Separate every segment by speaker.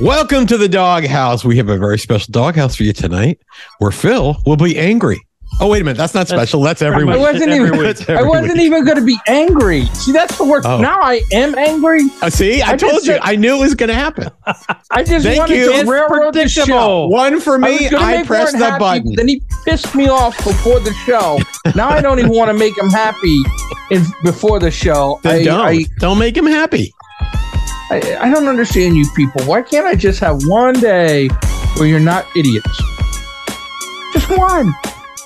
Speaker 1: Welcome to the doghouse. We have a very special doghouse for you tonight where Phil will be angry. Oh, wait a minute. That's not special. That's every
Speaker 2: I
Speaker 1: week.
Speaker 2: wasn't even.
Speaker 1: That's every
Speaker 2: I wasn't
Speaker 1: week.
Speaker 2: even going to be angry. See, that's the worst.
Speaker 1: Oh.
Speaker 2: Now I am angry.
Speaker 1: Uh, see, I,
Speaker 2: I just
Speaker 1: told you.
Speaker 2: said-
Speaker 1: I knew it was going to happen.
Speaker 2: I just
Speaker 1: Thank
Speaker 2: wanted
Speaker 1: you.
Speaker 2: to
Speaker 1: It's
Speaker 2: railroad the show.
Speaker 1: One for me.
Speaker 2: gonna
Speaker 1: I,
Speaker 2: make
Speaker 1: pressed
Speaker 2: Warren
Speaker 1: the
Speaker 2: happy,
Speaker 1: button.
Speaker 2: Then he pissed me off before the show. now I don't even want to make him happy in, before the show.
Speaker 1: Then
Speaker 2: I,
Speaker 1: don't.
Speaker 2: I,
Speaker 1: don't make him happy.
Speaker 2: I, I don't understand you people. Why can't I just have one day where you're not idiots? Just one.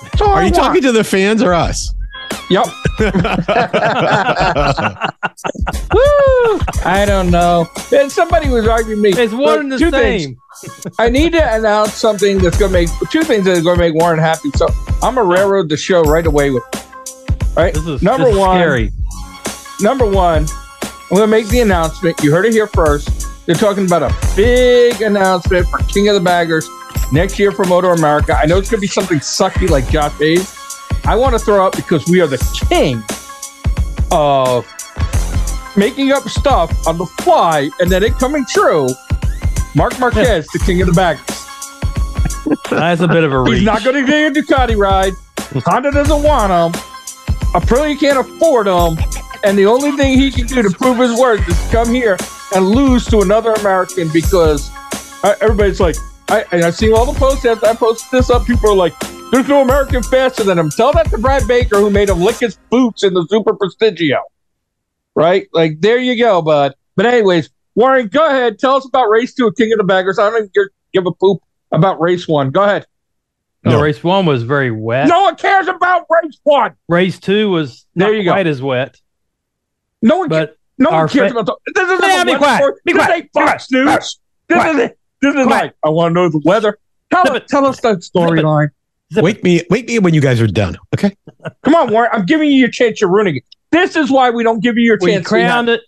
Speaker 2: That's all
Speaker 1: Are
Speaker 2: I
Speaker 1: you
Speaker 2: want.
Speaker 1: talking to the fans or us?
Speaker 2: Yep. Woo! I don't know. And somebody was arguing with me.
Speaker 3: It's one and the
Speaker 2: two
Speaker 3: same.
Speaker 2: things. I need to announce something that's going to make two things that are going to make Warren happy. So I'm gonna railroad the show right away with. Right.
Speaker 3: This is
Speaker 2: number
Speaker 3: this is
Speaker 2: one.
Speaker 3: Scary.
Speaker 2: Number one. I'm gonna make the announcement. You heard it here first. They're talking about a big announcement for King of the Baggers next year for Motor America. I know it's gonna be something sucky like Josh Hayes. I want to throw up because we are the king of making up stuff on the fly and then it coming true. Mark Marquez, the king of the baggers.
Speaker 3: That's a bit of a reach.
Speaker 2: He's not going to get a Ducati ride. Honda doesn't want him. Aprilia can't afford him. And the only thing he can do to prove his worth is come here and lose to another American because uh, everybody's like, I, and I've seen all the posts after I posted this up. People are like, there's no American faster than him. Tell that to Brad Baker, who made him lick his boots in the Super Prestigio. Right? Like, there you go, bud. But, anyways, Warren, go ahead. Tell us about race two of King of the Baggers. I don't even give- give a poop about race one. Go ahead.
Speaker 3: No,
Speaker 1: No.
Speaker 3: Race one was very wet.
Speaker 2: No one cares about race one.
Speaker 3: Race two was not
Speaker 2: There you go.
Speaker 3: quite as wet.
Speaker 2: No one. cares.
Speaker 3: But
Speaker 2: no
Speaker 3: our
Speaker 2: one cares
Speaker 3: fa-
Speaker 2: about the. This is
Speaker 3: Yeah, be quiet. Be
Speaker 2: this
Speaker 3: quiet.
Speaker 2: ain't Fox News. This
Speaker 3: Quiet.
Speaker 2: is it. This is
Speaker 3: Quiet.
Speaker 2: like I want to know the weather. Tell
Speaker 3: Zip
Speaker 2: us,
Speaker 3: it.
Speaker 2: tell us that storyline.
Speaker 3: Zip
Speaker 1: Wake me, wake me when you guys are done. Okay.
Speaker 2: Come on, Warren. I'm giving you your chance. You're ruining it. This is why we don't give you your
Speaker 3: we
Speaker 2: chance.
Speaker 3: crowned it.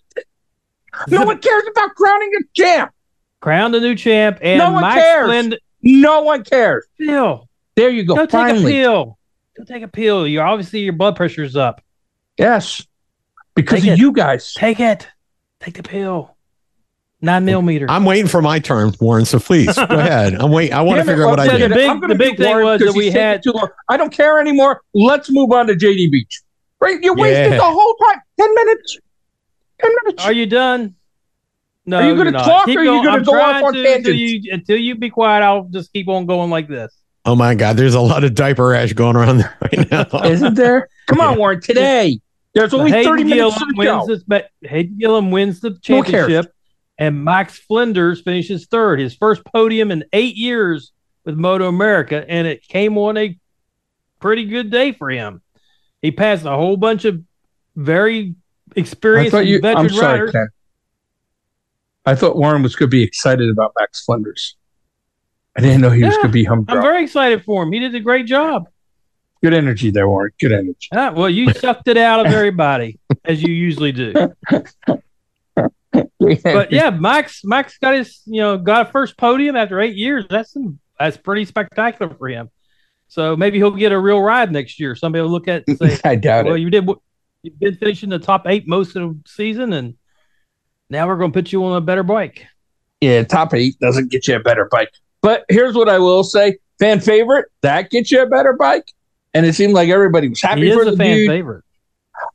Speaker 2: Seahawks. No one cares about crowning a champ.
Speaker 3: Crowned a new champ, and
Speaker 2: No one
Speaker 3: Mike
Speaker 2: cares.
Speaker 3: Splend-
Speaker 2: No one cares.
Speaker 3: Phil,
Speaker 2: There you go.
Speaker 3: go take a
Speaker 2: Finally,
Speaker 3: pill. Go take a pill. You obviously your blood pressure's up.
Speaker 2: yes, because
Speaker 3: Take
Speaker 2: of
Speaker 3: it.
Speaker 2: you guys.
Speaker 3: Take it. Take the pill. Nine millimeter.
Speaker 1: I'm waiting for my turn, Warren. So please go ahead. I'm waiting. I want to
Speaker 2: Damn it,
Speaker 1: figure out what
Speaker 2: well,
Speaker 1: I
Speaker 2: then
Speaker 1: did.
Speaker 3: The big-
Speaker 2: I'm gonna
Speaker 3: the
Speaker 2: be
Speaker 3: big thing
Speaker 2: bored
Speaker 3: was
Speaker 2: because
Speaker 3: that we
Speaker 2: he's taking
Speaker 3: had-
Speaker 2: too long. I don't care anymore. Let's move on to JD Beach. Right? You wasted
Speaker 1: Yeah.
Speaker 2: the whole time. Ten minutes. Ten minutes.
Speaker 3: Are you done? No,
Speaker 2: Are you gonna
Speaker 3: you're not.
Speaker 2: talk
Speaker 3: Keep
Speaker 2: or are you
Speaker 3: going.
Speaker 2: gonna
Speaker 3: I'm
Speaker 2: go off
Speaker 3: trying
Speaker 2: on
Speaker 3: to until
Speaker 2: tangents?
Speaker 3: you, until you be quiet? I'll just keep on going like this.
Speaker 1: Oh my God, there's a lot of diaper rash going around there right now.
Speaker 2: Isn't there? Come on, Warren. Today. There's only
Speaker 3: Hayden
Speaker 2: 30 minutes to
Speaker 3: Gillum
Speaker 2: the show.
Speaker 3: wins this ma- Hayden Gillum wins the
Speaker 2: Who cares?
Speaker 3: championship, and Max Flinders finishes third, his first podium in eight years with Moto America, and it came on a pretty good day for him. He passed a whole bunch of very
Speaker 2: I
Speaker 3: experienced
Speaker 2: thought
Speaker 3: and
Speaker 2: you,
Speaker 3: veteran
Speaker 2: I'm sorry,
Speaker 3: riders.
Speaker 2: Ken. I thought Warren was going to be excited about Max Flinders. I didn't know he was
Speaker 3: Yeah,
Speaker 2: going to be
Speaker 3: I'm
Speaker 2: humdrum.
Speaker 3: very excited for him. He did a great job.
Speaker 2: Good energy there, Warren. Good energy.
Speaker 3: Ah, well, you sucked it out of everybody as you usually do. but yeah, Max Max got his you know got a first podium after eight years. That's some, that's pretty spectacular for him. So maybe he'll get a real ride next year. Somebody will look at it and say,
Speaker 2: I doubt
Speaker 3: "Well,
Speaker 2: it.
Speaker 3: you did you've been finishing the top eight most of the season, and now we're going to put you on a better bike."
Speaker 2: Yeah, top eight doesn't get you a better bike. But here's what I will say fan favorite, that gets you a better bike. And it seemed like everybody was happy
Speaker 3: he
Speaker 2: for
Speaker 3: is
Speaker 2: the
Speaker 3: a fan
Speaker 2: dude.
Speaker 3: favorite.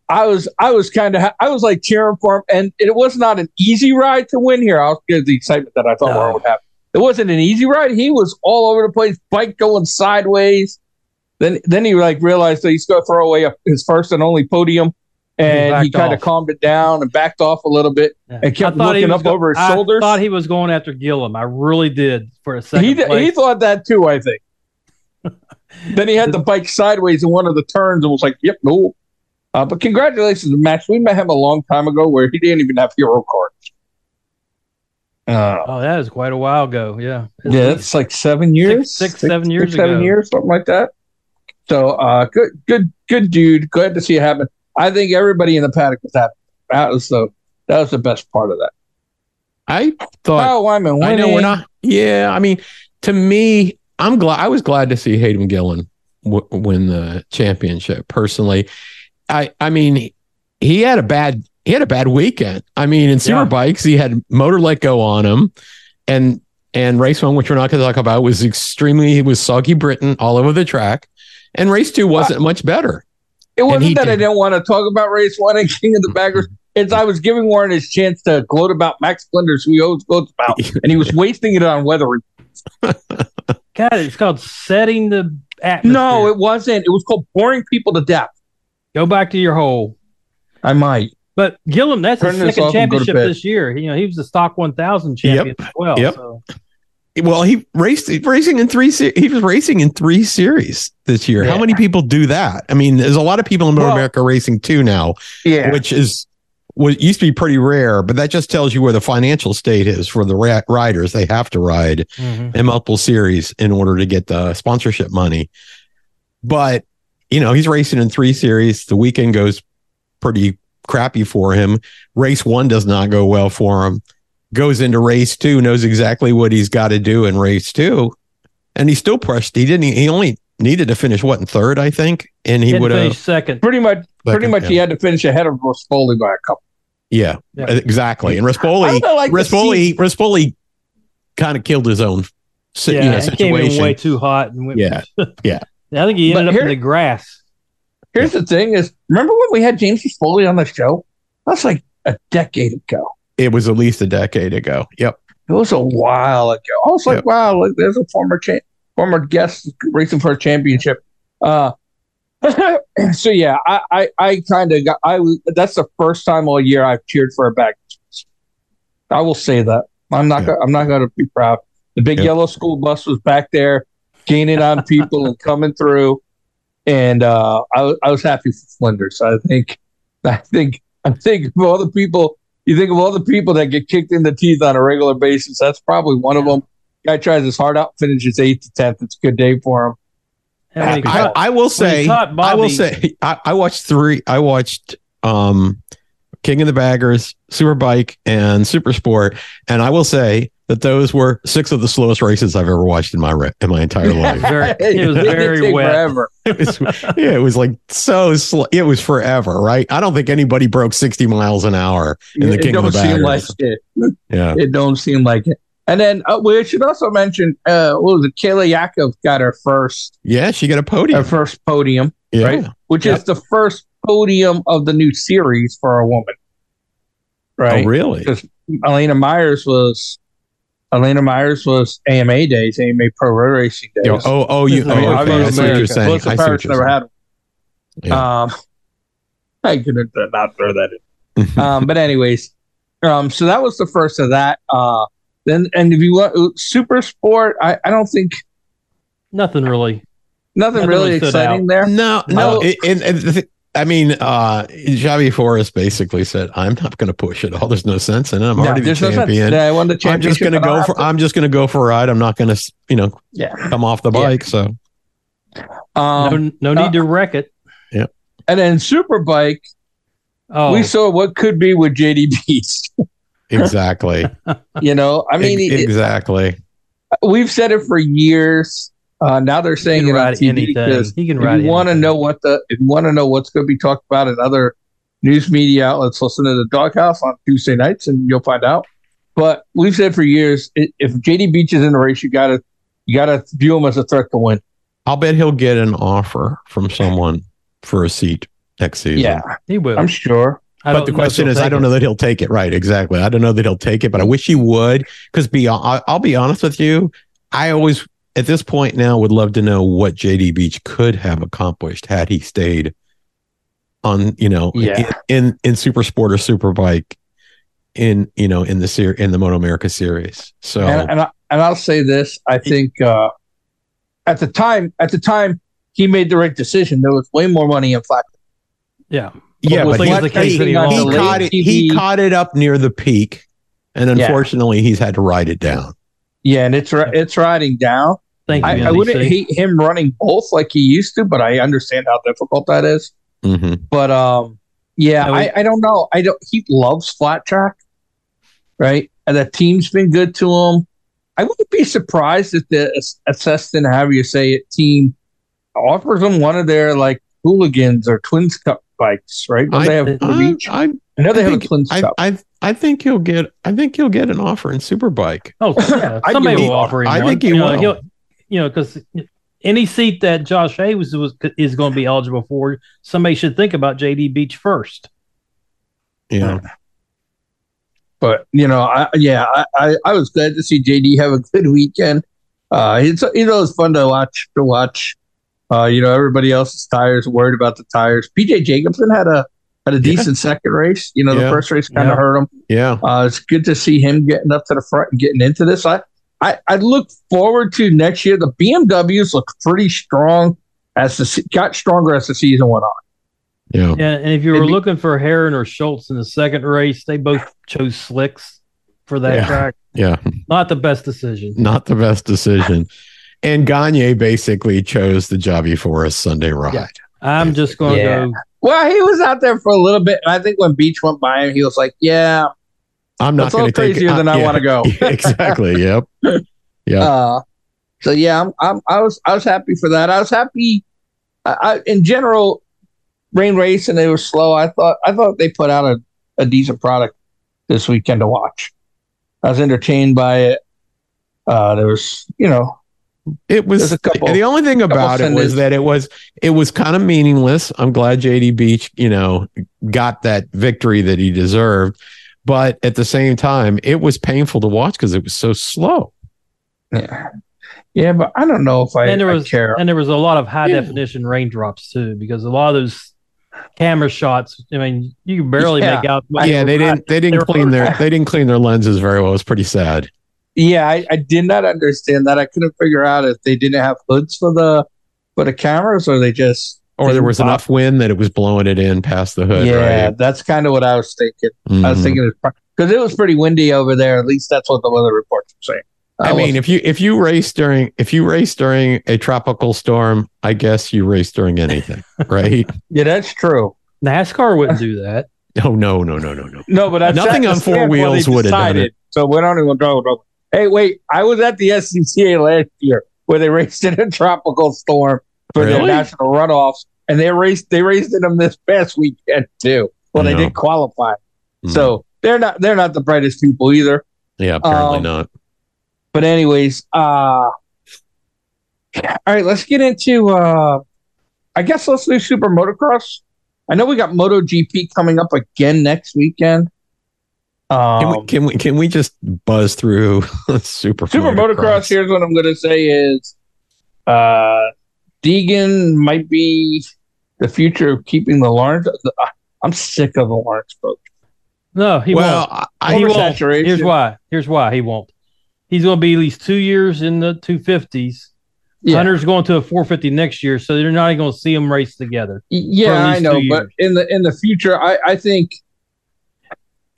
Speaker 2: I was I was kind of ha- I was like cheering for him, and it was not an easy ride to win here. I'll get the excitement that I thought
Speaker 3: No.
Speaker 2: Warren would have. It wasn't an easy ride. He was all over the place, bike going sideways. Then then he like realized that he's going to throw away a, his first and only podium, and he
Speaker 3: backed
Speaker 2: kind of
Speaker 3: off.
Speaker 2: calmed it down and backed off a little bit.
Speaker 3: Yeah.
Speaker 2: And kept
Speaker 3: I thought he
Speaker 2: looking
Speaker 3: was
Speaker 2: up
Speaker 3: go-
Speaker 2: over his
Speaker 3: I
Speaker 2: shoulders.
Speaker 3: thought he was going after Gillum. I really did for a second.
Speaker 2: He th-
Speaker 3: place.
Speaker 2: he thought that too. I think. then he had the bike sideways in one of the turns and was like, "Yep, no." Uh, but congratulations, Max. We met him a long time ago where he didn't even have hero cards. Uh,
Speaker 3: oh, that was quite a while ago. Yeah,
Speaker 2: yeah, that's like seven years,
Speaker 3: six, seven years
Speaker 2: six, seven
Speaker 3: ago.
Speaker 2: years, something like that. So uh, good, good, good dude. Glad to see it happen. I think everybody in the paddock was happy. That was the that was the best part of that.
Speaker 1: I
Speaker 3: Oh,
Speaker 1: thought
Speaker 2: Kyle Wyman
Speaker 1: I know we're
Speaker 2: winning.
Speaker 1: not. Yeah, I mean, to me, I'm glad. I was glad to see Hayden Gillen w- win the championship. Personally, I I mean, he had a bad he had a bad weekend. I mean, in
Speaker 3: Yeah.
Speaker 1: superbikes, he had motor let go on him, and And race one, which we're not going to talk about, was extremely, it was soggy Britain all over the track. And race two wasn't much better. he
Speaker 2: It wasn't that I
Speaker 1: did.
Speaker 2: didn't want to talk about race one and King of the Baggers. It's I was giving Warren his chance to gloat about Max Splendors, who he always gloats about, and he was wasting it on weather.
Speaker 3: God, it's called setting the atmosphere.
Speaker 2: No, it wasn't. It was called boring people to death.
Speaker 3: go back to your hole.
Speaker 2: I might.
Speaker 3: But Gillum, that's
Speaker 2: Turn
Speaker 3: his
Speaker 2: this
Speaker 3: second
Speaker 2: off and go to
Speaker 3: championship
Speaker 2: bed.
Speaker 3: this year. You know, he was the stock one thousand champion as well.
Speaker 1: Yep.
Speaker 3: So
Speaker 1: Well, he raced racing in three. se- He was racing in three series this year. How
Speaker 2: Yeah.
Speaker 1: many people do that? I mean, there's a lot of people in Middle
Speaker 2: Well-
Speaker 1: America racing two now,
Speaker 2: Yeah.
Speaker 1: which is what used to be pretty rare. But that just tells you where the financial state is for the ra- riders. They have to ride
Speaker 3: mhm.
Speaker 2: Mm-hmm.
Speaker 1: in multiple series in order to get the sponsorship money. But you know, he's racing in three series. The weekend goes pretty crappy for him. Race one does not go well for him. Goes into race two, knows exactly what he's got to do in race two, and he still pressed. He didn't. He only needed to finish what in third, I think, and he
Speaker 3: Didn't
Speaker 1: would have
Speaker 3: finish second.
Speaker 2: Pretty much. Pretty much,
Speaker 1: Yeah,
Speaker 2: he had to finish ahead of Rospoli by a couple.
Speaker 1: yeah, uh,
Speaker 3: Yeah.
Speaker 1: exactly. And
Speaker 2: I
Speaker 1: Rispoli,
Speaker 2: would like to
Speaker 1: Rispoli,
Speaker 2: see-
Speaker 1: Rispoli, kind of killed his own. si- you know,
Speaker 3: Yeah, he came in
Speaker 1: situation.
Speaker 3: way too hot and went.
Speaker 1: Yeah, yeah.
Speaker 3: I think he
Speaker 2: But
Speaker 3: ended up in
Speaker 2: here-
Speaker 3: the grass.
Speaker 2: Here's the thing: is remember when we had James Foley on the show? That's like a decade ago.
Speaker 1: it was at least a decade ago. Yep.
Speaker 2: It was a while ago. I was like,
Speaker 1: Yep.
Speaker 2: wow, like there's a former cha- former guest racing for a championship. Uh, so yeah, I I, I kind of got I was that's the first time all year I've cheered for a back. I will say that I'm not
Speaker 1: Yeah.
Speaker 2: gonna, I'm not going to be proud. The big
Speaker 1: Yeah.
Speaker 2: yellow school bus was back there, gaining on people and coming through, and uh, I was- I was happy for Flinders. I think I think I think of all the people you think of all the people that get kicked in the teeth on a regular basis. That's probably one of them. Guy tries his heart out, finishes eighth to tenth. It's a good day for him.
Speaker 3: And when he
Speaker 1: I,
Speaker 3: caught-
Speaker 1: I will
Speaker 3: when he
Speaker 1: say,
Speaker 3: caught
Speaker 1: I will
Speaker 3: Bobby-
Speaker 1: say, I, I watched three. I watched um, King of the Baggers, Superbike, and Super Sport, and I will say that those were six of the slowest races I've ever watched in my re- in my entire life.
Speaker 3: Very- it was
Speaker 2: didn't
Speaker 3: very
Speaker 2: take
Speaker 3: wet.
Speaker 2: Forever.
Speaker 1: It was, yeah, it was like so slow. It was forever, right? I don't think anybody broke sixty miles an hour in the
Speaker 2: it
Speaker 1: King
Speaker 2: don't
Speaker 1: of the
Speaker 2: seem
Speaker 1: Baggers.
Speaker 2: like it.
Speaker 1: yeah,
Speaker 2: It don't seem like it. And then uh, we should also mention uh, what was it? Kayla Yakov got her first
Speaker 1: yeah, she got a podium.
Speaker 2: her first podium,
Speaker 1: yeah.
Speaker 2: right? which
Speaker 1: Yep.
Speaker 2: is the first podium of the new series for a woman. Right.
Speaker 1: Oh, really?
Speaker 2: Elena Myers was Elena Myers was AMA days, AMA Pro Road Racing days.
Speaker 1: Yeah. Oh, oh, you.
Speaker 3: This
Speaker 1: Oh,
Speaker 3: is like-
Speaker 1: okay.
Speaker 3: I
Speaker 1: I,
Speaker 3: mean,
Speaker 1: see what you're saying. I
Speaker 2: America.
Speaker 1: see
Speaker 2: Melissa
Speaker 1: what
Speaker 2: Parrish
Speaker 1: you're
Speaker 2: never
Speaker 1: saying.
Speaker 2: had one. Um, I couldn't th- not throw that in. um, but anyways, um, so that was the first of that. Uh, then and if you want uh, super sport, I, I don't think
Speaker 3: nothing really.
Speaker 2: nothing,
Speaker 3: Nothing
Speaker 2: really
Speaker 3: really stood
Speaker 2: exciting
Speaker 3: out.
Speaker 2: there.
Speaker 1: Mm-hmm. No, no.
Speaker 2: Oh.
Speaker 1: it- and- and the thi- I mean, uh, Javi Forrest basically said, "I'm not going to push it all. There's no sense in it. I'm
Speaker 2: No,
Speaker 1: already the
Speaker 2: there's no sense.
Speaker 1: champion.
Speaker 2: Yeah, I won the
Speaker 1: I'm just
Speaker 2: championship
Speaker 1: going to
Speaker 2: and I'll
Speaker 1: go
Speaker 2: have
Speaker 1: for. I'm just going to go for a ride. I'm not going to, you know,
Speaker 2: yeah.
Speaker 1: come off the
Speaker 2: Yeah.
Speaker 1: bike. So
Speaker 2: Um,
Speaker 3: no, no need to wreck it.
Speaker 2: and then Superbike,
Speaker 3: Oh,
Speaker 2: we saw what could be with JD Beast.
Speaker 1: exactly.
Speaker 2: You know, I mean,
Speaker 1: Ex-
Speaker 2: it-
Speaker 1: exactly.
Speaker 2: we've said it for years. Uh, now they're
Speaker 3: he
Speaker 2: saying
Speaker 3: can
Speaker 2: it on
Speaker 3: ride
Speaker 2: TV
Speaker 3: anything.
Speaker 2: because
Speaker 3: He can
Speaker 2: if
Speaker 3: ride.
Speaker 2: you want to
Speaker 3: anything.
Speaker 2: know what the if you want to know what's going to be talked about in other news media outlets, listen to the Doghouse on Tuesday nights, and you'll find out. But we've said for years, i- if JD Beach is in the race, you gotta you gotta view him as a threat to win.
Speaker 1: I'll bet he'll get an offer from someone for a seat next season.
Speaker 2: Yeah,
Speaker 3: he will.
Speaker 2: I'm sure.
Speaker 3: I
Speaker 1: but
Speaker 3: don't
Speaker 1: the
Speaker 3: know if
Speaker 1: question
Speaker 3: he'll
Speaker 1: is, I
Speaker 3: take
Speaker 1: don't
Speaker 3: it.
Speaker 1: know that he'll take it. Right? Exactly. I don't know that he'll take it, but I wish he would. Because be, I- I'll be honest with you, I always at this point now would love to know what JD Beach could have accomplished had he stayed on, you know,
Speaker 2: Yeah.
Speaker 1: in, in in Super Sport or Super Bike, in you know, in the ser- in the Moto America series. So
Speaker 2: And, and, I, and I'll say this: I think uh, at the time, at the time, he made the right decision. There was way more money in flat.
Speaker 3: Yeah,
Speaker 1: yeah,
Speaker 3: was
Speaker 1: but
Speaker 3: like
Speaker 1: he,
Speaker 3: was the case
Speaker 1: he-
Speaker 3: that he
Speaker 1: he
Speaker 3: lost.
Speaker 1: caught it. He
Speaker 2: TV.
Speaker 1: caught it up near the peak, and unfortunately, he's had to ride it down.
Speaker 2: Yeah, and it's ri- it's riding down.
Speaker 3: thank you.
Speaker 2: I, I
Speaker 3: Andy.
Speaker 2: wouldn't
Speaker 3: See?
Speaker 2: hate him running both like he used to, but I understand how difficult that is.
Speaker 1: hmm
Speaker 2: But um, yeah,
Speaker 3: No,
Speaker 2: I, I don't know. I don't. He loves flat track, right? And the team's been good to him. I wouldn't be surprised if the ass- assistant, however you say it, team offers him one of their like hooligans or twins cup bikes, right? Don't
Speaker 1: I-
Speaker 2: they have two of
Speaker 1: I,
Speaker 2: each?
Speaker 1: I
Speaker 2: I know they
Speaker 1: I
Speaker 2: have
Speaker 1: think-
Speaker 2: a Clint's
Speaker 1: I,
Speaker 2: cup.
Speaker 1: I I think he'll get I think he'll get an offer in Superbike.
Speaker 3: Oh, yeah,
Speaker 2: I
Speaker 3: somebody
Speaker 2: give
Speaker 3: will
Speaker 2: you-
Speaker 3: offer him.
Speaker 1: I
Speaker 3: one.
Speaker 1: think he
Speaker 3: you know,
Speaker 1: will.
Speaker 3: he'll- You know, because any seat that Josh Hay was, was is going to be eligible for, somebody should think about JD Beach first.
Speaker 1: Yeah.
Speaker 2: but you know, I, yeah, I, I, I was glad to see JD have a good weekend. Uh, it's you know it's fun to watch to watch. Uh, you know, everybody else's tires worried about the tires. PJ Jacobson had a had a decent second race. You know, the
Speaker 1: Yeah.
Speaker 2: first race kind of
Speaker 3: Yeah.
Speaker 2: hurt him.
Speaker 1: Yeah.
Speaker 2: Uh, it's good to see him getting up to the front and getting into this. I, I, I look forward to next year. The BMWs look pretty strong as the se- got stronger as the season went on.
Speaker 1: Yeah.
Speaker 3: Yeah, and if you were
Speaker 2: It'd be-
Speaker 3: looking for Heron or Schultz in the second race, they both chose slicks for that
Speaker 1: Yeah.
Speaker 3: track.
Speaker 1: Yeah.
Speaker 3: Not the best decision.
Speaker 1: Not the best decision. And Gagne basically chose the Javi Forest Sunday ride.
Speaker 2: Yeah.
Speaker 3: I'm just going to
Speaker 2: Yeah.
Speaker 3: go.
Speaker 2: Well, he was out there for a little bit, and I think when Beach went by him, he was like, "Yeah,
Speaker 1: I'm not
Speaker 2: that's a
Speaker 1: going
Speaker 2: little
Speaker 1: to take
Speaker 2: crazier than I want to go."
Speaker 1: to. exactly. Yep. Yeah.
Speaker 2: Uh, so yeah, I'm, I'm, I was, I was happy for that. I was happy. I, I in general, rain race and they were slow. I thought, I thought they put out a, a decent product this weekend to watch. I was entertained by it. Uh, there was, you know,
Speaker 1: It was
Speaker 2: There's a couple-
Speaker 1: the only thing about it
Speaker 2: fenders.
Speaker 1: was that it was it was kind of meaningless. I'm glad JD Beach, you know, got that victory that he deserved, but at the same time, it was painful to watch because it was so slow.
Speaker 2: yeah, yeah, but I don't know if I,
Speaker 3: And there
Speaker 2: I
Speaker 3: was
Speaker 2: care.
Speaker 3: and there was a lot of high
Speaker 1: Yeah.
Speaker 3: definition raindrops too, because a lot of those camera shots. I mean, you can barely
Speaker 2: Yeah.
Speaker 3: make out. what
Speaker 1: yeah, they
Speaker 3: were-
Speaker 1: didn't they didn't
Speaker 3: They were-
Speaker 1: clean their they didn't clean their lenses very well. It was pretty sad.
Speaker 2: Yeah, I, I did not understand that. I couldn't figure out if they didn't have hoods for the for the cameras or they just
Speaker 1: Or there was enough wind that it was blowing it in past the hood.
Speaker 2: yeah,
Speaker 1: right?
Speaker 2: that's kind of what I was thinking. I was
Speaker 1: Mhm.
Speaker 2: thinking because it was pretty windy over there. At least that's what the weather reports were saying.
Speaker 1: I mean, if you if you race during if you race during a tropical storm, I guess you race during anything, right?
Speaker 2: yeah, that's true.
Speaker 3: NASCAR wouldn't do that.
Speaker 1: Oh no, no, no, no, no.
Speaker 2: No, but that's
Speaker 1: Nothing
Speaker 2: that's
Speaker 1: on
Speaker 2: the
Speaker 1: four
Speaker 2: stand where
Speaker 1: wheels
Speaker 2: they
Speaker 1: would have done
Speaker 2: decided.
Speaker 1: it.
Speaker 2: So we don't even talk about. Hey, wait! I was at the SCCA last year where they raced in a tropical storm for their
Speaker 1: Really?
Speaker 2: national runoffs, and they raced they raced in them this past weekend too. Well, they
Speaker 1: No.
Speaker 2: did qualify,
Speaker 1: Mm.
Speaker 2: so they're not they're not the brightest people either.
Speaker 1: yeah, apparently
Speaker 2: um,
Speaker 1: not.
Speaker 2: But anyways, uh all right, let's get into uh I guess let's do super motocross. I know we got Moto GP coming up again next weekend.
Speaker 1: Can
Speaker 2: Um,
Speaker 1: we can we can we just buzz through super
Speaker 2: super motocross, here's what I'm gonna say is uh Deegan might be the future of keeping the Lawrence. The, uh, I'm sick of the Lawrence folks.
Speaker 3: No, he won't.
Speaker 1: well, I- I,
Speaker 3: He won't.
Speaker 2: Oversaturation.
Speaker 3: Here's why. Here's why he won't. He's going to be at least two years in the 250s.
Speaker 2: Yeah.
Speaker 3: Hunter's going to a 450 next year, so they're not even going to see them race together. for
Speaker 2: Yeah,
Speaker 3: at
Speaker 2: I
Speaker 3: least
Speaker 2: know,
Speaker 3: two
Speaker 2: but in the in the future, I I think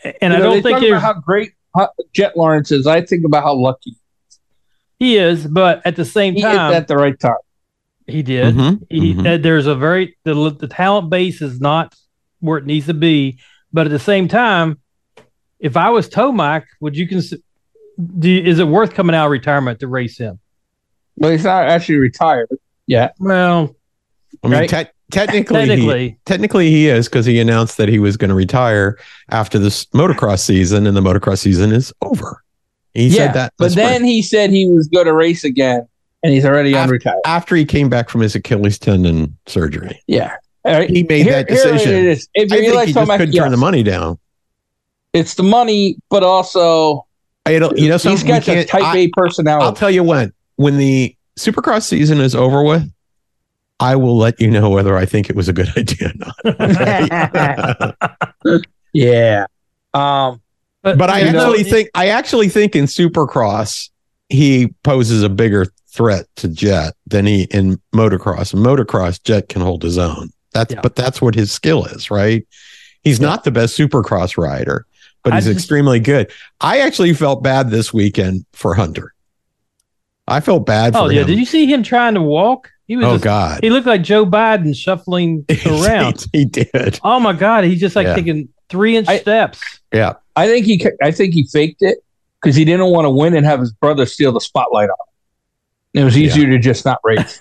Speaker 3: And I
Speaker 2: you know,
Speaker 3: don't
Speaker 2: they
Speaker 3: think
Speaker 2: talk about
Speaker 3: there's,
Speaker 2: how great how Jet Lawrence is. I think about how lucky
Speaker 3: he is, but at the same
Speaker 2: he
Speaker 3: time,
Speaker 2: is at the right time.
Speaker 3: he did.
Speaker 1: Mhm,
Speaker 3: He,
Speaker 1: mhm.
Speaker 3: uh, there's a very the, the talent base is not where it needs to be, but at the same time, if I was Tomac, would you consider? Do you, is it worth coming out of retirement to race him?
Speaker 2: Well, he's not actually retired.
Speaker 3: Well,
Speaker 1: I mean,
Speaker 2: right?
Speaker 1: te- technically, he,
Speaker 3: technically,
Speaker 1: technically he is because he announced that he was going to retire after this motocross season, and the motocross season is over. He
Speaker 2: yeah,
Speaker 1: said that,
Speaker 2: but
Speaker 1: this spring.
Speaker 2: then he said he was going to race again, and he's already
Speaker 1: Af-
Speaker 2: unretired.
Speaker 1: after he came back from his Achilles tendon surgery,
Speaker 2: Yeah, all right.
Speaker 1: he made
Speaker 2: Here-
Speaker 1: that
Speaker 2: here it
Speaker 1: decision.
Speaker 2: is. If
Speaker 1: I
Speaker 2: you
Speaker 1: think
Speaker 2: realize
Speaker 1: he
Speaker 2: how
Speaker 1: just
Speaker 2: much,
Speaker 1: couldn't turn the money down.
Speaker 2: it's the money, but also
Speaker 1: It'll, you know, something
Speaker 2: he's
Speaker 1: we
Speaker 2: got a
Speaker 1: can't-
Speaker 2: type
Speaker 1: I-
Speaker 2: A
Speaker 1: I'll
Speaker 2: personality.
Speaker 1: tell you when when the Supercross season is over with, I will let you know whether I think it was a good idea or not.
Speaker 2: yeah. Um.
Speaker 1: but I
Speaker 2: You know-
Speaker 1: actually think I actually think in Supercross he poses a bigger threat to Jet than he in motocross. In motocross, Jet can hold his own. That's
Speaker 3: Yeah.
Speaker 1: but that's what his skill is, right? He's not the best Supercross rider, but
Speaker 3: I
Speaker 1: he's
Speaker 3: just-
Speaker 1: extremely good. I actually felt bad this weekend for Hunter. I felt bad for
Speaker 3: oh yeah,
Speaker 1: him.
Speaker 3: did you see him trying to walk? He was
Speaker 1: oh
Speaker 3: just-
Speaker 1: God.
Speaker 3: he looked like Joe Biden shuffling around.
Speaker 1: he did.
Speaker 3: oh my God, he's just like
Speaker 1: Yeah.
Speaker 3: taking three inch
Speaker 2: I-
Speaker 3: steps.
Speaker 2: I think he. ca- I think he faked it because he didn't want to win and have his brother steal the spotlight off. him. It was
Speaker 1: Yeah.
Speaker 2: easier to just not race.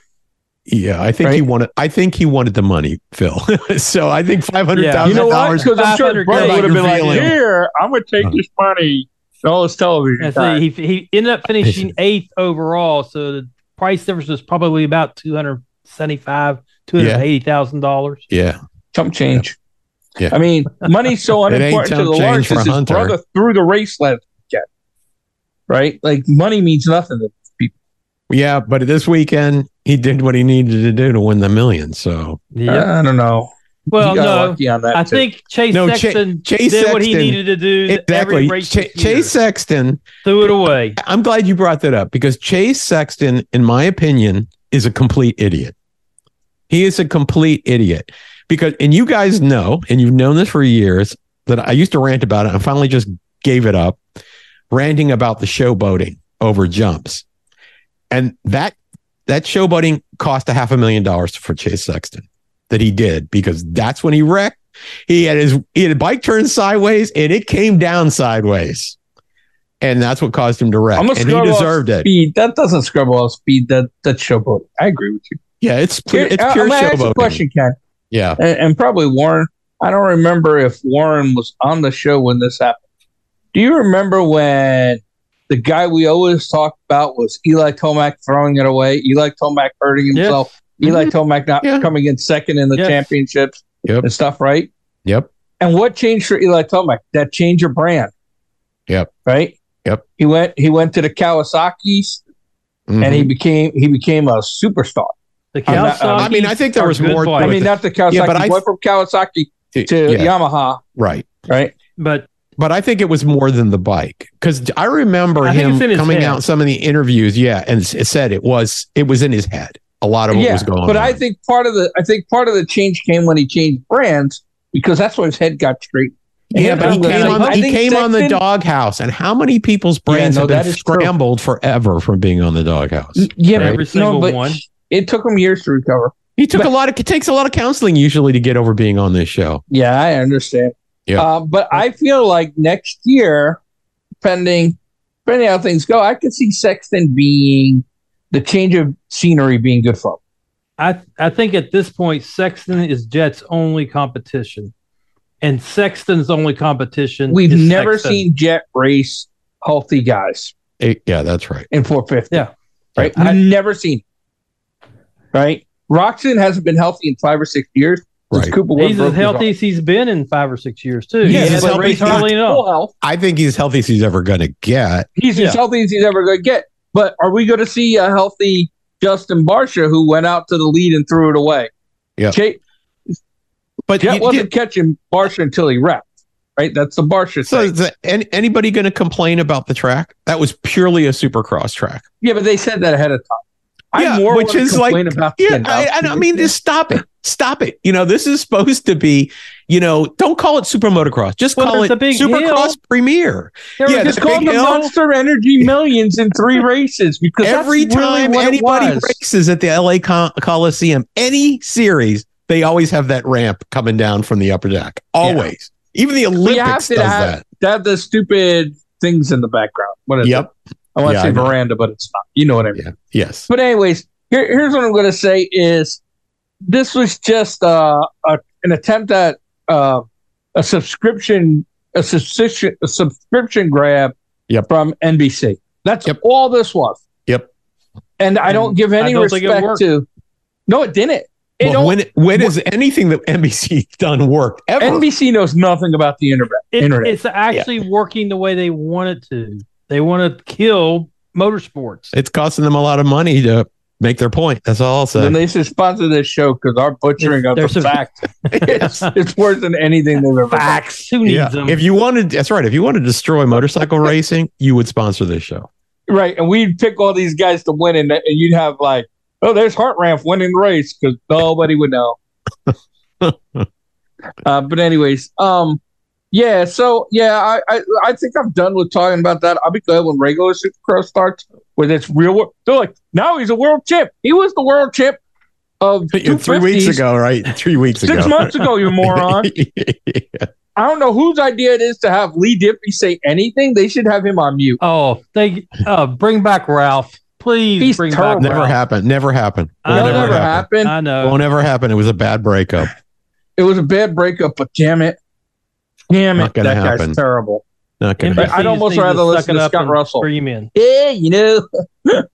Speaker 1: Yeah, I think he
Speaker 4: Right?
Speaker 1: wanted. I think he wanted the money, Phil. so I think five hundred
Speaker 3: Yeah.
Speaker 1: thousand
Speaker 2: You know what?
Speaker 1: dollars.
Speaker 2: Because I'm sure
Speaker 3: 500K.
Speaker 2: Brett would have been like,
Speaker 1: Revealing.
Speaker 2: here, I'm going to take this money and all this television
Speaker 3: And
Speaker 2: time.
Speaker 3: so he, he ended up finishing eighth overall. So the price difference was probably about two hundred seventy-five, two hundred eighty thousand dollars.
Speaker 1: Yeah,
Speaker 2: Chump change.
Speaker 1: Yeah.
Speaker 2: I mean, money's so
Speaker 1: It ain't
Speaker 2: unimportant to
Speaker 1: chump
Speaker 2: the
Speaker 1: change
Speaker 2: large
Speaker 1: for
Speaker 2: because his
Speaker 1: Hunter.
Speaker 2: brother threw the race last weekend. Right? Like, money means nothing. to-
Speaker 1: yeah. But this weekend he did what he needed to do to win the million. So
Speaker 3: Yeah.
Speaker 2: I don't know.
Speaker 3: Uh, well,
Speaker 2: He got
Speaker 3: no,
Speaker 2: lucky on that
Speaker 3: I
Speaker 2: too.
Speaker 3: think Chase
Speaker 1: No, Cha-
Speaker 3: Sexton
Speaker 1: Chase
Speaker 3: did what he
Speaker 1: Sexton-
Speaker 3: needed to do.
Speaker 1: exactly,
Speaker 3: Every race
Speaker 1: Cha-
Speaker 3: this year.
Speaker 1: Chase Sexton.
Speaker 3: threw it away.
Speaker 1: I'm glad you brought that up because Chase Sexton, in my opinion, is a complete idiot. He is a complete idiot because, and you guys know, and you've known this for years that I used to rant about it. I finally just gave it up, ranting about the showboating over jumps, and that that showboating cost a half a million dollars for Chase Sexton that he did because that's when he wrecked. He had his he had a bike turned sideways and it came down sideways. And that's what caused him to wreck. And
Speaker 2: I'm gonna
Speaker 1: he
Speaker 2: scrub off
Speaker 1: deserved it.
Speaker 2: Speed. That doesn't scrub off speed. That that's showboat. I agree with you.
Speaker 1: Yeah, it's pure, it's
Speaker 2: I-
Speaker 1: pure
Speaker 2: uh, I'm gonna ask you a
Speaker 1: showboating.
Speaker 2: question, Ken,
Speaker 1: Yeah.
Speaker 2: and, and probably Warren. I don't remember if Warren was on the show when this happened. Do you remember when the guy we always talked about was Eli Tomac throwing it away? Eli Tomac hurting
Speaker 3: Yes.
Speaker 2: himself. Eli Tomac not
Speaker 1: Mm-hmm. Yeah.
Speaker 2: coming in second in the
Speaker 3: Yes.
Speaker 2: championships
Speaker 1: Yep.
Speaker 2: and stuff, right?
Speaker 1: Yep.
Speaker 2: And what changed for Eli Tomac? That change of brand.
Speaker 1: Yep.
Speaker 2: Right.
Speaker 1: Yep.
Speaker 2: He went. He went to the Kawasaki's. and
Speaker 1: Mm-hmm.
Speaker 2: he became he became a superstar.
Speaker 3: The
Speaker 2: I'm not-
Speaker 3: Kawasaki
Speaker 1: I mean, I think there
Speaker 3: are
Speaker 1: was
Speaker 3: good
Speaker 1: more to
Speaker 3: bikes,
Speaker 2: I
Speaker 1: But
Speaker 2: mean,
Speaker 1: the-
Speaker 2: not the Kawasaki.
Speaker 1: yeah, but I-
Speaker 2: he went from Kawasaki
Speaker 1: Mhm.
Speaker 2: to
Speaker 1: Yeah,
Speaker 2: Yamaha,
Speaker 1: right.
Speaker 2: right?
Speaker 3: but
Speaker 1: But I think it was more than the bike because I remember
Speaker 3: I think
Speaker 1: him
Speaker 3: it's in his
Speaker 1: coming
Speaker 3: head.
Speaker 1: out some of the interviews. Yeah, and s- it said it was it was in his head. A lot of what
Speaker 2: yeah,
Speaker 1: was going
Speaker 2: but
Speaker 1: on.
Speaker 2: I think part of the I think part of the change came when he changed brands because that's when his head got straight. And
Speaker 1: yeah, but he
Speaker 2: that's
Speaker 1: came
Speaker 2: when-
Speaker 1: on
Speaker 2: I
Speaker 1: he
Speaker 2: think
Speaker 1: came on the
Speaker 2: Sexton-
Speaker 1: doghouse, and how many people's brains
Speaker 2: no,
Speaker 1: have
Speaker 2: that
Speaker 1: been
Speaker 2: is true. Mm,
Speaker 1: scrambled forever from being on the doghouse?
Speaker 2: Yeah,
Speaker 3: Every
Speaker 2: but, no,
Speaker 3: single
Speaker 2: but
Speaker 3: one.
Speaker 2: It took him years to recover.
Speaker 1: He took a lot of it takes a lot of counseling usually to get over being on this show.
Speaker 2: Yeah, I understand.
Speaker 1: Yeah.
Speaker 2: uh, but I feel like next year, depending depending how things go, I could see Sexton being the change of scenery being good for him.
Speaker 3: I I think at this point Sexton is Jets' only competition, and Sexton's only competition.
Speaker 2: We've
Speaker 3: is
Speaker 2: never
Speaker 3: Sexton.
Speaker 2: seen Jet race healthy guys
Speaker 1: It- yeah, that's right.
Speaker 2: in 450.
Speaker 3: Yeah.
Speaker 2: Right.
Speaker 3: I-
Speaker 2: I've never seen. it. Right. Roxon hasn't been healthy in five or six years. since
Speaker 1: Right.
Speaker 2: Cooper Webb
Speaker 3: He's
Speaker 2: broke
Speaker 3: as
Speaker 2: his
Speaker 3: healthy
Speaker 2: arm.
Speaker 3: as he's been in five or six years too.
Speaker 1: Yeah,
Speaker 3: he
Speaker 1: he's
Speaker 3: hasn't
Speaker 1: healthy.
Speaker 3: raced hardly at
Speaker 2: Full
Speaker 3: all.
Speaker 2: health.
Speaker 1: I think he's healthy as he's ever going to get.
Speaker 2: He's
Speaker 3: Yeah.
Speaker 2: as healthy as he's ever going to get. But are we going to see a healthy Justin Barsha who went out to the lead and threw it away?
Speaker 1: Yeah.
Speaker 2: Jet,
Speaker 1: But
Speaker 2: Jet
Speaker 1: you-
Speaker 2: wasn't catching Barsha until he wrecked. Right. That's the Barsha
Speaker 1: So
Speaker 2: thing.
Speaker 1: is that- an- anybody going to complain about the track? That was purely a supercross track.
Speaker 2: Yeah, but they said that ahead of time. I
Speaker 1: Yeah,
Speaker 2: more
Speaker 1: which
Speaker 2: wanna
Speaker 1: is like-
Speaker 2: complain about the
Speaker 1: Yeah, I, I, don't- I
Speaker 2: announcement.
Speaker 1: mean, just stop it. Stop it. You know, this is supposed to be, you know, don't call it super motocross. Just
Speaker 3: Well,
Speaker 1: call
Speaker 3: there's
Speaker 1: it
Speaker 3: a big
Speaker 1: supercross
Speaker 3: hill.
Speaker 1: premier.
Speaker 3: There
Speaker 1: Yeah,
Speaker 3: was
Speaker 2: It's
Speaker 1: the
Speaker 3: just-
Speaker 2: called
Speaker 1: big
Speaker 2: the
Speaker 1: hill.
Speaker 2: Monster Energy Millions in three races because
Speaker 1: Every
Speaker 2: that's really
Speaker 1: time
Speaker 2: what it
Speaker 1: anybody
Speaker 2: was.
Speaker 1: races at the LA Col- Coliseum, any series, they always have that ramp coming down from the upper deck. Always. Even the Olympics
Speaker 2: to
Speaker 1: does
Speaker 2: have-
Speaker 1: that.
Speaker 2: they have the stupid things in the background. What is
Speaker 1: Yep.
Speaker 2: it? I want to
Speaker 1: Yeah,
Speaker 2: say
Speaker 1: I know.
Speaker 2: veranda, but it's not. You know what I mean.
Speaker 1: Yeah. Yes.
Speaker 2: But anyways, here, here's what I'm going to say is this was just uh, a, an attempt at uh, a subscription a subscription a subscription grab
Speaker 1: Yep.
Speaker 2: from NBC. That's
Speaker 1: Yep.
Speaker 2: all this was.
Speaker 1: Yep.
Speaker 2: And I don't
Speaker 3: And
Speaker 2: give
Speaker 3: I
Speaker 2: any
Speaker 3: don't think it
Speaker 2: respect
Speaker 3: worked.
Speaker 2: to. No, it didn't. It
Speaker 1: Well,
Speaker 2: don't-
Speaker 1: when when has anything that NBC's done worked ever?
Speaker 2: NBC knows nothing about the internet.
Speaker 3: it-
Speaker 2: internet.
Speaker 3: it's actually working the way they want it to. They want to kill motorsports.
Speaker 1: it's costing them a lot of money to make their point. That's all I'll say.
Speaker 2: Then they should sponsor this show because our butchering of the
Speaker 3: There's some-
Speaker 2: facts it's, it's worse than anything they've ever done.
Speaker 3: Facts. Who needs
Speaker 1: yeah.
Speaker 3: them?
Speaker 1: If you wanted, that's right. If you wanted to destroy motorcycle racing, you would sponsor this show.
Speaker 2: Right. And we'd pick all these guys to win, and, and you'd have like, oh, there's Hartranft winning the race because nobody would know. uh, but, anyways, um, yeah, so yeah, I, I I think I'm done with talking about that. I'll be glad when regular Supercross starts with its real world. They're like, now he's a world champ. He was the world champ of
Speaker 1: Three weeks
Speaker 2: 250s
Speaker 1: ago, right? Three weeks ago.
Speaker 2: Six months ago, you moron. I don't know whose idea it is to have Lee Diffie say anything. They should have him on mute.
Speaker 3: oh, they uh, Oh, bring back Ralph. Please
Speaker 2: He's
Speaker 3: bring
Speaker 2: terrible.
Speaker 3: back
Speaker 1: Never
Speaker 3: Ralph.
Speaker 1: happened. Never happened. Will
Speaker 3: That'll
Speaker 2: That'll
Speaker 1: never
Speaker 2: never
Speaker 1: happen.
Speaker 2: happen.
Speaker 3: I know.
Speaker 1: Won't ever happen. It was a bad breakup.
Speaker 2: It was a bad breakup, but damn it, damn
Speaker 1: Not
Speaker 2: it,
Speaker 1: gonna
Speaker 2: that
Speaker 1: happen.
Speaker 2: guy's terrible.
Speaker 1: Not gonna.
Speaker 3: NBC
Speaker 1: Happen.
Speaker 2: I'd
Speaker 3: just
Speaker 2: almost
Speaker 3: needs
Speaker 2: rather
Speaker 3: suck
Speaker 2: listen
Speaker 3: it
Speaker 2: to
Speaker 3: up
Speaker 2: Scott
Speaker 3: and
Speaker 2: Russell.
Speaker 3: Scream in.
Speaker 2: Yeah, you know.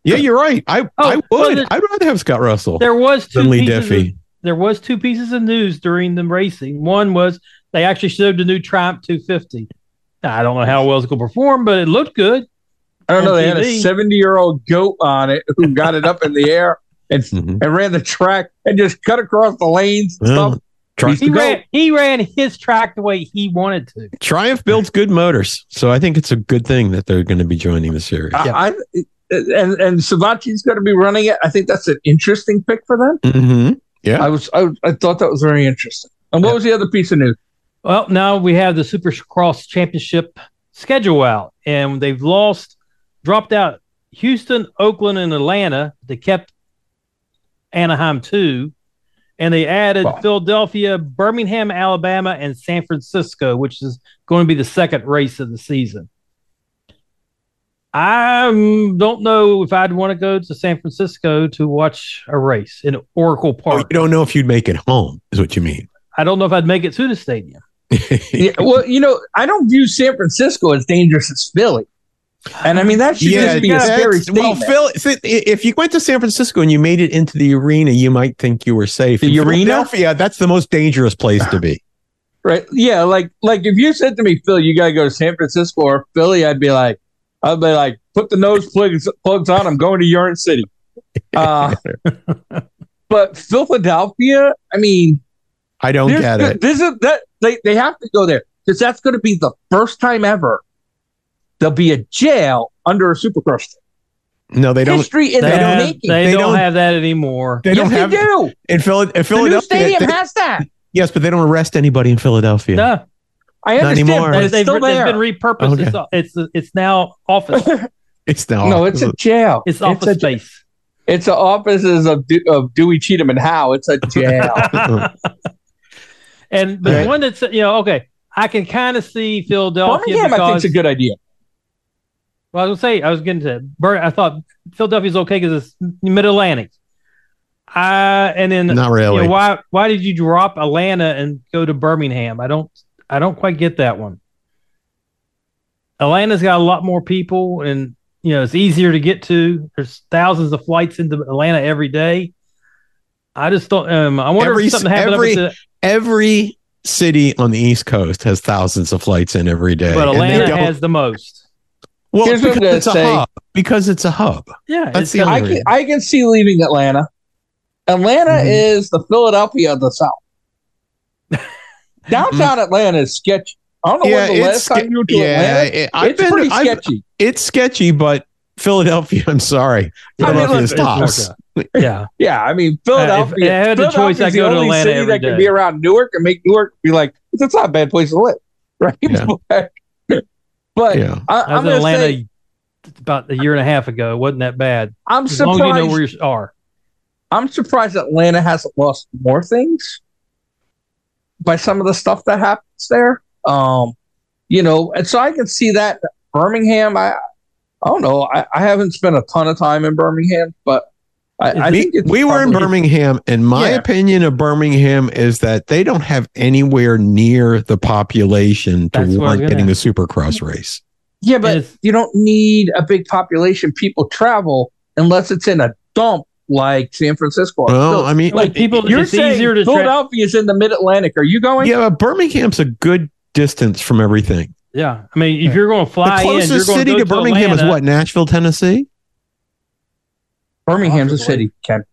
Speaker 1: Yeah, you're right. I I
Speaker 3: well,
Speaker 1: would.
Speaker 3: Oh, the-
Speaker 1: I'd rather have Scott Russell
Speaker 3: There was two
Speaker 1: than Lee
Speaker 3: pieces of-
Speaker 1: Diffie.
Speaker 3: there was two pieces of news during the racing. One was they actually showed the new Triumph 250. Now, I don't know how well it's going to perform, but it looked good.
Speaker 2: I don't know. They had a
Speaker 3: MTV.
Speaker 2: seventy-year-old goat on it who got it up in the air and
Speaker 1: Mhm.
Speaker 2: and ran the track and just cut across the lanes. and
Speaker 1: Well,
Speaker 2: stuff.
Speaker 1: Tri-
Speaker 2: He's-
Speaker 3: He
Speaker 2: Go.
Speaker 3: ran he ran his track the way he wanted to.
Speaker 1: Triumph builds good motors, so I think it's a good thing that they're going to be joining the series.
Speaker 3: yeah.
Speaker 2: I, I and and Savachi's going to be running it. I think that's an interesting pick for them.
Speaker 1: hmm Yeah.
Speaker 2: I was I, I thought that was very interesting. And what
Speaker 3: Yeah.
Speaker 2: was the other piece of news?
Speaker 3: Well, now we have the Supercross Championship schedule out, and they've lost, dropped out Houston, Oakland, and Atlanta. They kept Anaheim too, and they added
Speaker 2: Wow.
Speaker 3: Philadelphia, Birmingham, Alabama, and San Francisco, which is going to be the second race of the season. I um, don't know if I'd want to go to San Francisco to watch a race in Oracle
Speaker 1: Oh,
Speaker 3: Park.
Speaker 1: you don't know if you'd make it home, is what you mean.
Speaker 3: I don't know if I'd make it to the stadium.
Speaker 2: Yeah, well, you know, I don't view San Francisco as dangerous as Philly, and I mean that should just be a
Speaker 1: that's-
Speaker 2: scary
Speaker 1: well,
Speaker 2: statement.
Speaker 1: Phil, if- if you went to San Francisco and you made it into the arena, you might think you were safe.
Speaker 2: The
Speaker 1: In
Speaker 2: arena?
Speaker 1: Philadelphia, that's the most dangerous place to be.
Speaker 2: right? Yeah, like like if you said to me, Phil, you got to go to San Francisco or Philly, I'd be like, I'd be like, put the nose plugs plugs on. I'm going to Yarn City. Uh, but Philadelphia, I mean,
Speaker 1: I don't
Speaker 2: There's
Speaker 1: get
Speaker 2: go-
Speaker 1: it.
Speaker 2: This is that they, they have to go there because that's going to be the first time ever there'll be a jail under a supercross.
Speaker 1: No, they don't.
Speaker 2: History in
Speaker 3: They,
Speaker 2: the
Speaker 3: have-
Speaker 2: making.
Speaker 3: they
Speaker 1: They
Speaker 3: don't,
Speaker 1: don't-
Speaker 3: have that anymore.
Speaker 1: They don't
Speaker 2: yes,
Speaker 1: have
Speaker 2: they do.
Speaker 1: in Phila- in
Speaker 2: The new
Speaker 1: Philadelphia.
Speaker 2: stadium
Speaker 1: they-
Speaker 2: has that.
Speaker 1: yes, but they don't arrest anybody in Philadelphia.
Speaker 3: No,
Speaker 2: I
Speaker 1: Not
Speaker 2: understand,
Speaker 1: anymore.
Speaker 2: but
Speaker 3: They-
Speaker 2: it's
Speaker 3: they've,
Speaker 2: still
Speaker 3: they've
Speaker 2: there.
Speaker 3: been repurposed. It's, it's it's now office.
Speaker 1: It's not.
Speaker 2: no, it's a jail.
Speaker 3: It's office
Speaker 2: a,
Speaker 3: space.
Speaker 2: It's a offices of De- of Dewey Cheatham and Howe. It's a jail.
Speaker 3: and but
Speaker 1: Right.
Speaker 3: one that's you know okay, I can kind of see Philadelphia
Speaker 2: Birmingham, I
Speaker 3: because
Speaker 2: think's a good idea.
Speaker 3: well, I was gonna say I was getting to Bur- I thought Philadelphia's okay because it's Mid Atlantic. Uh, and then
Speaker 1: not
Speaker 3: you know,
Speaker 1: really.
Speaker 3: why why did you drop Atlanta and go to Birmingham? I don't I don't quite get that one. Atlanta's got a lot more people and you know it's easier to get to. There's thousands of flights into Atlanta every day. I just don't um I wonder
Speaker 1: Every-
Speaker 3: if something happened
Speaker 1: every-
Speaker 3: up at
Speaker 1: Every city on the East Coast has thousands of flights in every
Speaker 3: the,
Speaker 1: day.
Speaker 3: but
Speaker 1: and they
Speaker 3: Atlanta
Speaker 1: don't-
Speaker 3: has the most.
Speaker 1: Well,
Speaker 2: Here's what I'm
Speaker 1: because it's a
Speaker 2: gonna say.
Speaker 1: hub. Because it's a hub.
Speaker 3: Yeah.
Speaker 1: That's
Speaker 3: it's
Speaker 1: the
Speaker 3: got-
Speaker 1: only
Speaker 2: I
Speaker 1: Agreed.
Speaker 2: can I can see leaving Atlanta. Atlanta
Speaker 3: Mm-hmm.
Speaker 1: Mhm.
Speaker 2: is the Philadelphia of the South. Downtown
Speaker 3: Mm.
Speaker 2: Atlanta is sketchy. I don't know
Speaker 1: Yeah,
Speaker 2: when the last
Speaker 1: it's
Speaker 2: time you were to
Speaker 1: Yeah,
Speaker 2: Atlanta.
Speaker 1: it,
Speaker 2: It's
Speaker 1: I've been.
Speaker 2: pretty
Speaker 1: I've,
Speaker 2: sketchy.
Speaker 1: it's sketchy, but Philadelphia. I'm sorry,
Speaker 2: I mean,
Speaker 1: Philadelphia
Speaker 2: look,
Speaker 1: is tops.
Speaker 3: yeah.
Speaker 2: yeah, I mean
Speaker 3: Uh, if I
Speaker 2: Philadelphia.
Speaker 3: had the choice,
Speaker 2: Philadelphia's
Speaker 3: I'd
Speaker 2: the
Speaker 3: go to
Speaker 2: only
Speaker 3: Atlanta
Speaker 2: city
Speaker 3: every
Speaker 2: that
Speaker 3: day.
Speaker 2: can be around Newark and make Newark be like that's not a bad place to live, right?
Speaker 1: Yeah.
Speaker 2: but
Speaker 1: Yeah,
Speaker 2: I, I'm
Speaker 3: I was in
Speaker 2: gonna
Speaker 3: Atlanta
Speaker 2: say
Speaker 3: about a year and a half ago. It wasn't that bad.
Speaker 2: I'm
Speaker 3: As long as you know
Speaker 2: surprised.
Speaker 3: where you are.
Speaker 2: I'm surprised Atlanta hasn't lost more things by some of the stuff that happens there. Um, you know, and so I can see that Birmingham. I I don't know. I, I haven't spent a ton of time in Birmingham, but I, I
Speaker 1: we,
Speaker 2: think it's
Speaker 1: we were in
Speaker 2: probably-
Speaker 1: Birmingham, and my
Speaker 2: Yeah.
Speaker 1: opinion of Birmingham is that they don't have anywhere near the population to
Speaker 3: That's what I was
Speaker 1: warrant
Speaker 3: gonna
Speaker 1: getting a supercross race.
Speaker 2: Yeah,
Speaker 3: And
Speaker 2: but
Speaker 3: it's-
Speaker 2: you don't need a big population. People travel unless it's in a dump like San Francisco. or
Speaker 1: Well,
Speaker 2: Philly.
Speaker 1: I mean,
Speaker 3: like people
Speaker 2: You're
Speaker 3: it's
Speaker 2: saying
Speaker 3: easier to tra-
Speaker 2: Philadelphia is in the Mid Atlantic. Are you going?
Speaker 1: yeah, but Birmingham's a good distance from everything.
Speaker 3: Yeah, I mean, if you're going to
Speaker 1: The
Speaker 3: fly in, you're
Speaker 1: closest
Speaker 3: going
Speaker 1: city
Speaker 3: go
Speaker 1: to Birmingham
Speaker 3: Atlanta.
Speaker 1: is what Nashville, Tennessee.
Speaker 2: Birmingham's a
Speaker 3: Possibly.
Speaker 2: city, Ken.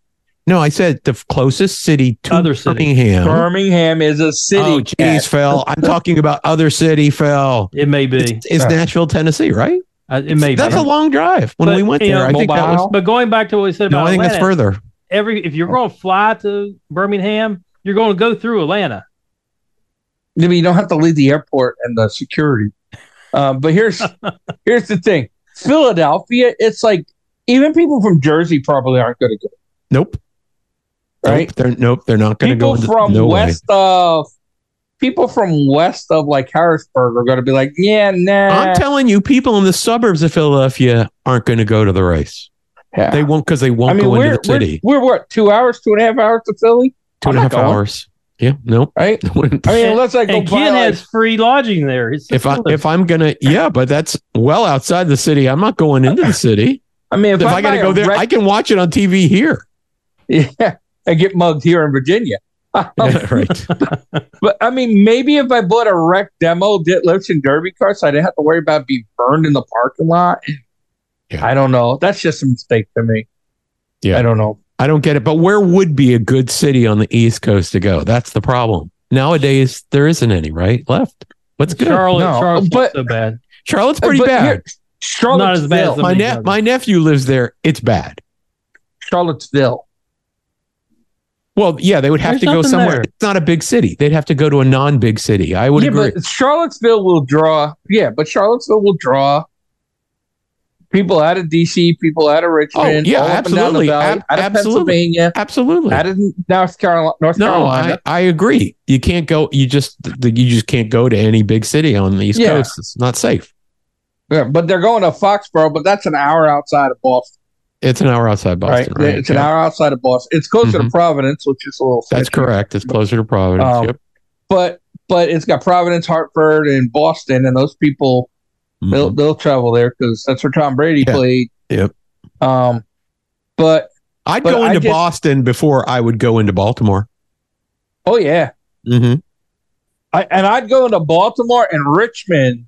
Speaker 1: No, I said the f- closest city to
Speaker 3: Other city.
Speaker 1: Birmingham.
Speaker 2: Birmingham is a city.
Speaker 1: oh,
Speaker 2: Ken.
Speaker 1: jeez, Phil. I'm talking about other city, Phil.
Speaker 3: It may be.
Speaker 1: It's, it's
Speaker 2: Uh,
Speaker 1: Nashville, Tennessee, right?
Speaker 3: Uh, It may
Speaker 1: That's
Speaker 3: be.
Speaker 1: a long drive. When
Speaker 3: But,
Speaker 1: we went
Speaker 3: you
Speaker 1: there,
Speaker 3: know,
Speaker 1: I think that
Speaker 2: mobile-
Speaker 1: was.
Speaker 3: but going back to what we said
Speaker 1: No,
Speaker 3: about
Speaker 1: I think
Speaker 3: Atlanta,
Speaker 1: that's further.
Speaker 3: every if you're going to fly to Birmingham, you're going to go through Atlanta.
Speaker 2: I mean, you don't have to leave the airport and the security. Um, but here's here's the thing: Philadelphia. It's like even people from Jersey probably aren't going to go.
Speaker 1: Nope.
Speaker 2: Right?
Speaker 1: Nope. They're, nope. They're not going to go.
Speaker 2: People
Speaker 1: into-
Speaker 2: from
Speaker 1: no way.
Speaker 2: west of people from west of like Harrisburg are going to be like, yeah, nah.
Speaker 1: I'm telling you, people in the suburbs of Philadelphia aren't going to go to the race.
Speaker 2: Yeah.
Speaker 1: They won't because they won't
Speaker 2: I mean,
Speaker 1: go
Speaker 2: we're,
Speaker 1: into the city.
Speaker 2: we're, we're what, two hours, two and a half hours to Philly,
Speaker 1: Two and a
Speaker 2: I'm
Speaker 1: half
Speaker 2: not going.
Speaker 1: hours. Yeah, no.
Speaker 2: right? I mean, unless I go
Speaker 3: And
Speaker 2: buy
Speaker 3: Ken
Speaker 2: like,
Speaker 3: has free lodging there. It's
Speaker 1: if I if I'm gonna yeah, but that's well outside the city. I'm not going into the city.
Speaker 2: I mean, if,
Speaker 1: If, I gotta
Speaker 2: buy
Speaker 1: go
Speaker 2: a
Speaker 1: there,
Speaker 2: rec-
Speaker 1: I can watch it on TV here.
Speaker 2: yeah, I get mugged here in Virginia. Oh.
Speaker 1: Yeah, right.
Speaker 2: But I mean, maybe if I bought a wreck demo Ditlevs and Derby car, so I didn't have to worry about being burned in the parking lot.
Speaker 1: Yeah.
Speaker 2: I don't know. That's just a mistake to me.
Speaker 1: Yeah.
Speaker 2: I don't know.
Speaker 1: I don't get it. But where would be a good city on the East Coast to go? That's the problem. Nowadays, there isn't any right left. What's good?
Speaker 3: Charlotte,
Speaker 2: No,
Speaker 3: Charlotte's
Speaker 2: but-
Speaker 3: not so bad.
Speaker 1: Charlotte's pretty
Speaker 2: Uh, But
Speaker 1: bad.
Speaker 2: here- Charlottesville.
Speaker 3: Not as bad as the-
Speaker 1: my ne-
Speaker 3: others.
Speaker 1: my nephew lives there. It's bad.
Speaker 2: Charlottesville.
Speaker 1: Well, yeah, they would have
Speaker 3: There's
Speaker 1: to go
Speaker 3: nothing
Speaker 1: somewhere.
Speaker 3: there.
Speaker 1: It's not a big city. They'd have to go to a non-big city. I would
Speaker 2: yeah,
Speaker 1: agree.
Speaker 2: but Charlottesville will draw. Yeah, but Charlottesville will draw people out of DC, people out of Richmond,
Speaker 1: Oh, yeah,
Speaker 2: all up and down the
Speaker 1: absolutely.
Speaker 2: valley,
Speaker 1: Ab-
Speaker 2: out of
Speaker 1: absolutely.
Speaker 2: Pennsylvania,
Speaker 1: Absolutely.
Speaker 2: out of North Carolina. North
Speaker 1: No,
Speaker 2: Carolina.
Speaker 1: I, I agree. You can't go. You just th- you just can't go to any big city on the East
Speaker 2: Yeah.
Speaker 1: Coast. It's not safe.
Speaker 2: Yeah, but they're going to Foxborough, but that's an hour outside of Boston.
Speaker 1: It's an hour outside Boston.
Speaker 2: right?
Speaker 1: Right.
Speaker 2: It's an
Speaker 1: Yeah.
Speaker 2: hour outside of Boston. It's closer to
Speaker 1: Mhm.
Speaker 2: Providence, which is a little.
Speaker 1: That's
Speaker 2: sketchy.
Speaker 1: correct. It's closer to Providence.
Speaker 2: Um,
Speaker 1: yep.
Speaker 2: But but it's got Providence, Hartford, and Boston, and those people they'll
Speaker 1: Mhm.
Speaker 2: they'll travel there because that's where Tom Brady
Speaker 1: Yeah.
Speaker 2: played.
Speaker 1: Yep.
Speaker 2: Um, but
Speaker 1: I'd
Speaker 2: but
Speaker 1: go
Speaker 2: I
Speaker 1: into
Speaker 2: just-
Speaker 1: Boston before I would go into Baltimore.
Speaker 2: oh yeah,
Speaker 1: Mm-hmm.
Speaker 2: I, and I'd go into Baltimore and Richmond,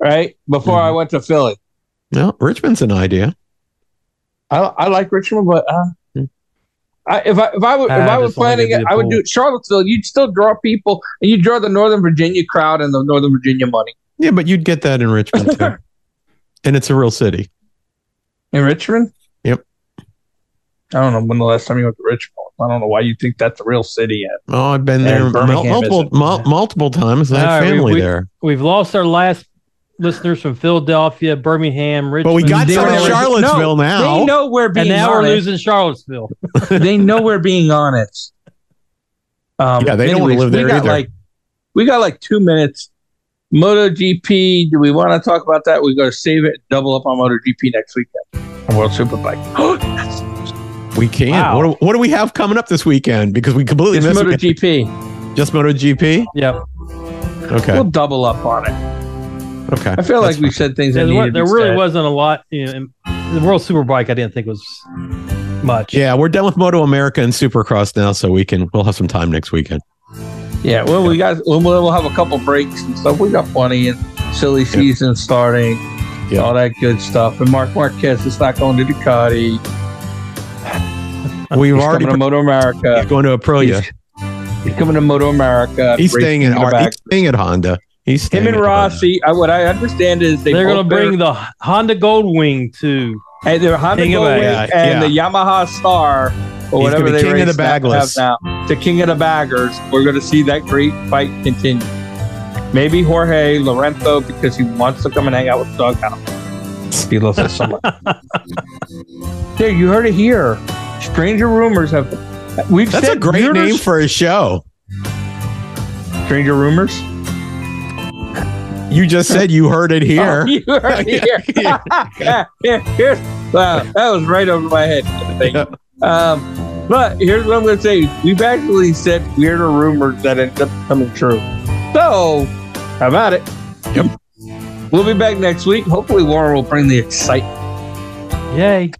Speaker 2: right before I
Speaker 1: Mhm.
Speaker 2: went to Philly.
Speaker 1: No, Richmond's an idea.
Speaker 2: I I like Richmond, but. Uh,
Speaker 1: Mm-hmm.
Speaker 2: I, if I if I, would, if
Speaker 3: Ah,
Speaker 2: I was
Speaker 3: just wanted to
Speaker 2: planning it,
Speaker 3: be a
Speaker 2: I would
Speaker 3: pool.
Speaker 2: do Charlottesville. You'd still draw people, and you draw the Northern Virginia crowd and the Northern Virginia money
Speaker 1: Yeah, but you'd get that in Richmond too. and it's a real city.
Speaker 2: in Richmond.
Speaker 1: Yep.
Speaker 2: I don't know when the last time you went to Richmond. I don't know why you think that's a real city. Yet.
Speaker 1: Oh, I've been
Speaker 2: And
Speaker 1: there mul-
Speaker 2: Birmingham
Speaker 1: multiple
Speaker 2: isn't.
Speaker 1: mul- multiple times. I
Speaker 3: All
Speaker 1: had
Speaker 3: right, we-
Speaker 1: family
Speaker 3: we-
Speaker 1: there.
Speaker 3: We've lost our last listeners from Philadelphia, Birmingham, Richmond.
Speaker 1: But we got
Speaker 2: they
Speaker 1: some
Speaker 2: were
Speaker 1: in
Speaker 2: never-
Speaker 1: Charlottesville now.
Speaker 2: They know we're being
Speaker 3: and now we're
Speaker 2: honest.
Speaker 3: losing Charlottesville.
Speaker 2: they know we're being honest. Um,
Speaker 1: Yeah, they don't wanna live there
Speaker 2: we got
Speaker 1: either.
Speaker 2: Like, we got like two minutes. MotoGP. Do we want to talk about that? We got to save it. Double up on MotoGP next weekend. on World Superbike.
Speaker 1: We can.
Speaker 3: Wow.
Speaker 1: What, do, what do we have coming up this weekend? Because we completely
Speaker 2: it's
Speaker 1: missed it.
Speaker 2: MotoGP.
Speaker 1: Just MotoGP.
Speaker 3: Yeah,
Speaker 1: Okay.
Speaker 2: We'll double up on it.
Speaker 1: Okay.
Speaker 2: I feel like
Speaker 1: That's
Speaker 2: we said things that
Speaker 3: there,
Speaker 2: needed
Speaker 3: wa-
Speaker 2: to
Speaker 3: there
Speaker 2: be
Speaker 3: really
Speaker 2: said.
Speaker 3: wasn't a lot. You know, in- the World Superbike, I didn't think was much.
Speaker 1: Yeah, we're done with Moto America and Supercross now, so we can we'll have some time next weekend.
Speaker 2: Yeah, well, we got we'll, we'll have a couple breaks and stuff. We got plenty and silly season starting,
Speaker 1: Yeah.
Speaker 2: all that good stuff. And Mark Marquez is not going to Ducati.
Speaker 1: We've
Speaker 2: He's
Speaker 1: already
Speaker 2: coming to Moto America. Oh,
Speaker 1: he's going to Aprilia.
Speaker 2: He's, he's coming to Moto America.
Speaker 1: He's,
Speaker 2: Racing
Speaker 1: staying at
Speaker 2: the
Speaker 1: our,
Speaker 2: back.
Speaker 1: he's staying at Honda. He's staying
Speaker 2: Him and
Speaker 1: at
Speaker 2: Rossi. I, what I understand is they
Speaker 3: They are going
Speaker 2: both
Speaker 3: to bring the Honda Goldwing to
Speaker 2: their, and their Honda
Speaker 3: Think about
Speaker 2: Gold
Speaker 3: it.
Speaker 1: Yeah,
Speaker 2: Wing and the Yamaha Star or
Speaker 1: He's
Speaker 2: whatever
Speaker 1: gonna be
Speaker 2: they
Speaker 1: king of
Speaker 2: race
Speaker 1: the
Speaker 2: that-
Speaker 1: bagless.
Speaker 2: have now. The king of the baggers. We're going to see that great fight continue. Maybe Jorge Lorenzo because he wants to come and hang out with Doug. I don't know. He loves us so much. There, you heard it here. Stranger rumors have. We've
Speaker 1: That's a
Speaker 2: said
Speaker 1: great
Speaker 2: rumors-
Speaker 1: name for a show.
Speaker 2: Stranger rumors.
Speaker 1: You just said you heard it here.
Speaker 2: Oh, you are here. Here- here's- wow, that was right over my head. Thank you. Um, but here's what I'm going to say. We've actually said weirder rumors that end up coming true. So, how about it?
Speaker 1: Yep.
Speaker 2: We'll be back next week. Hopefully, Warren will bring the excitement.
Speaker 3: yay.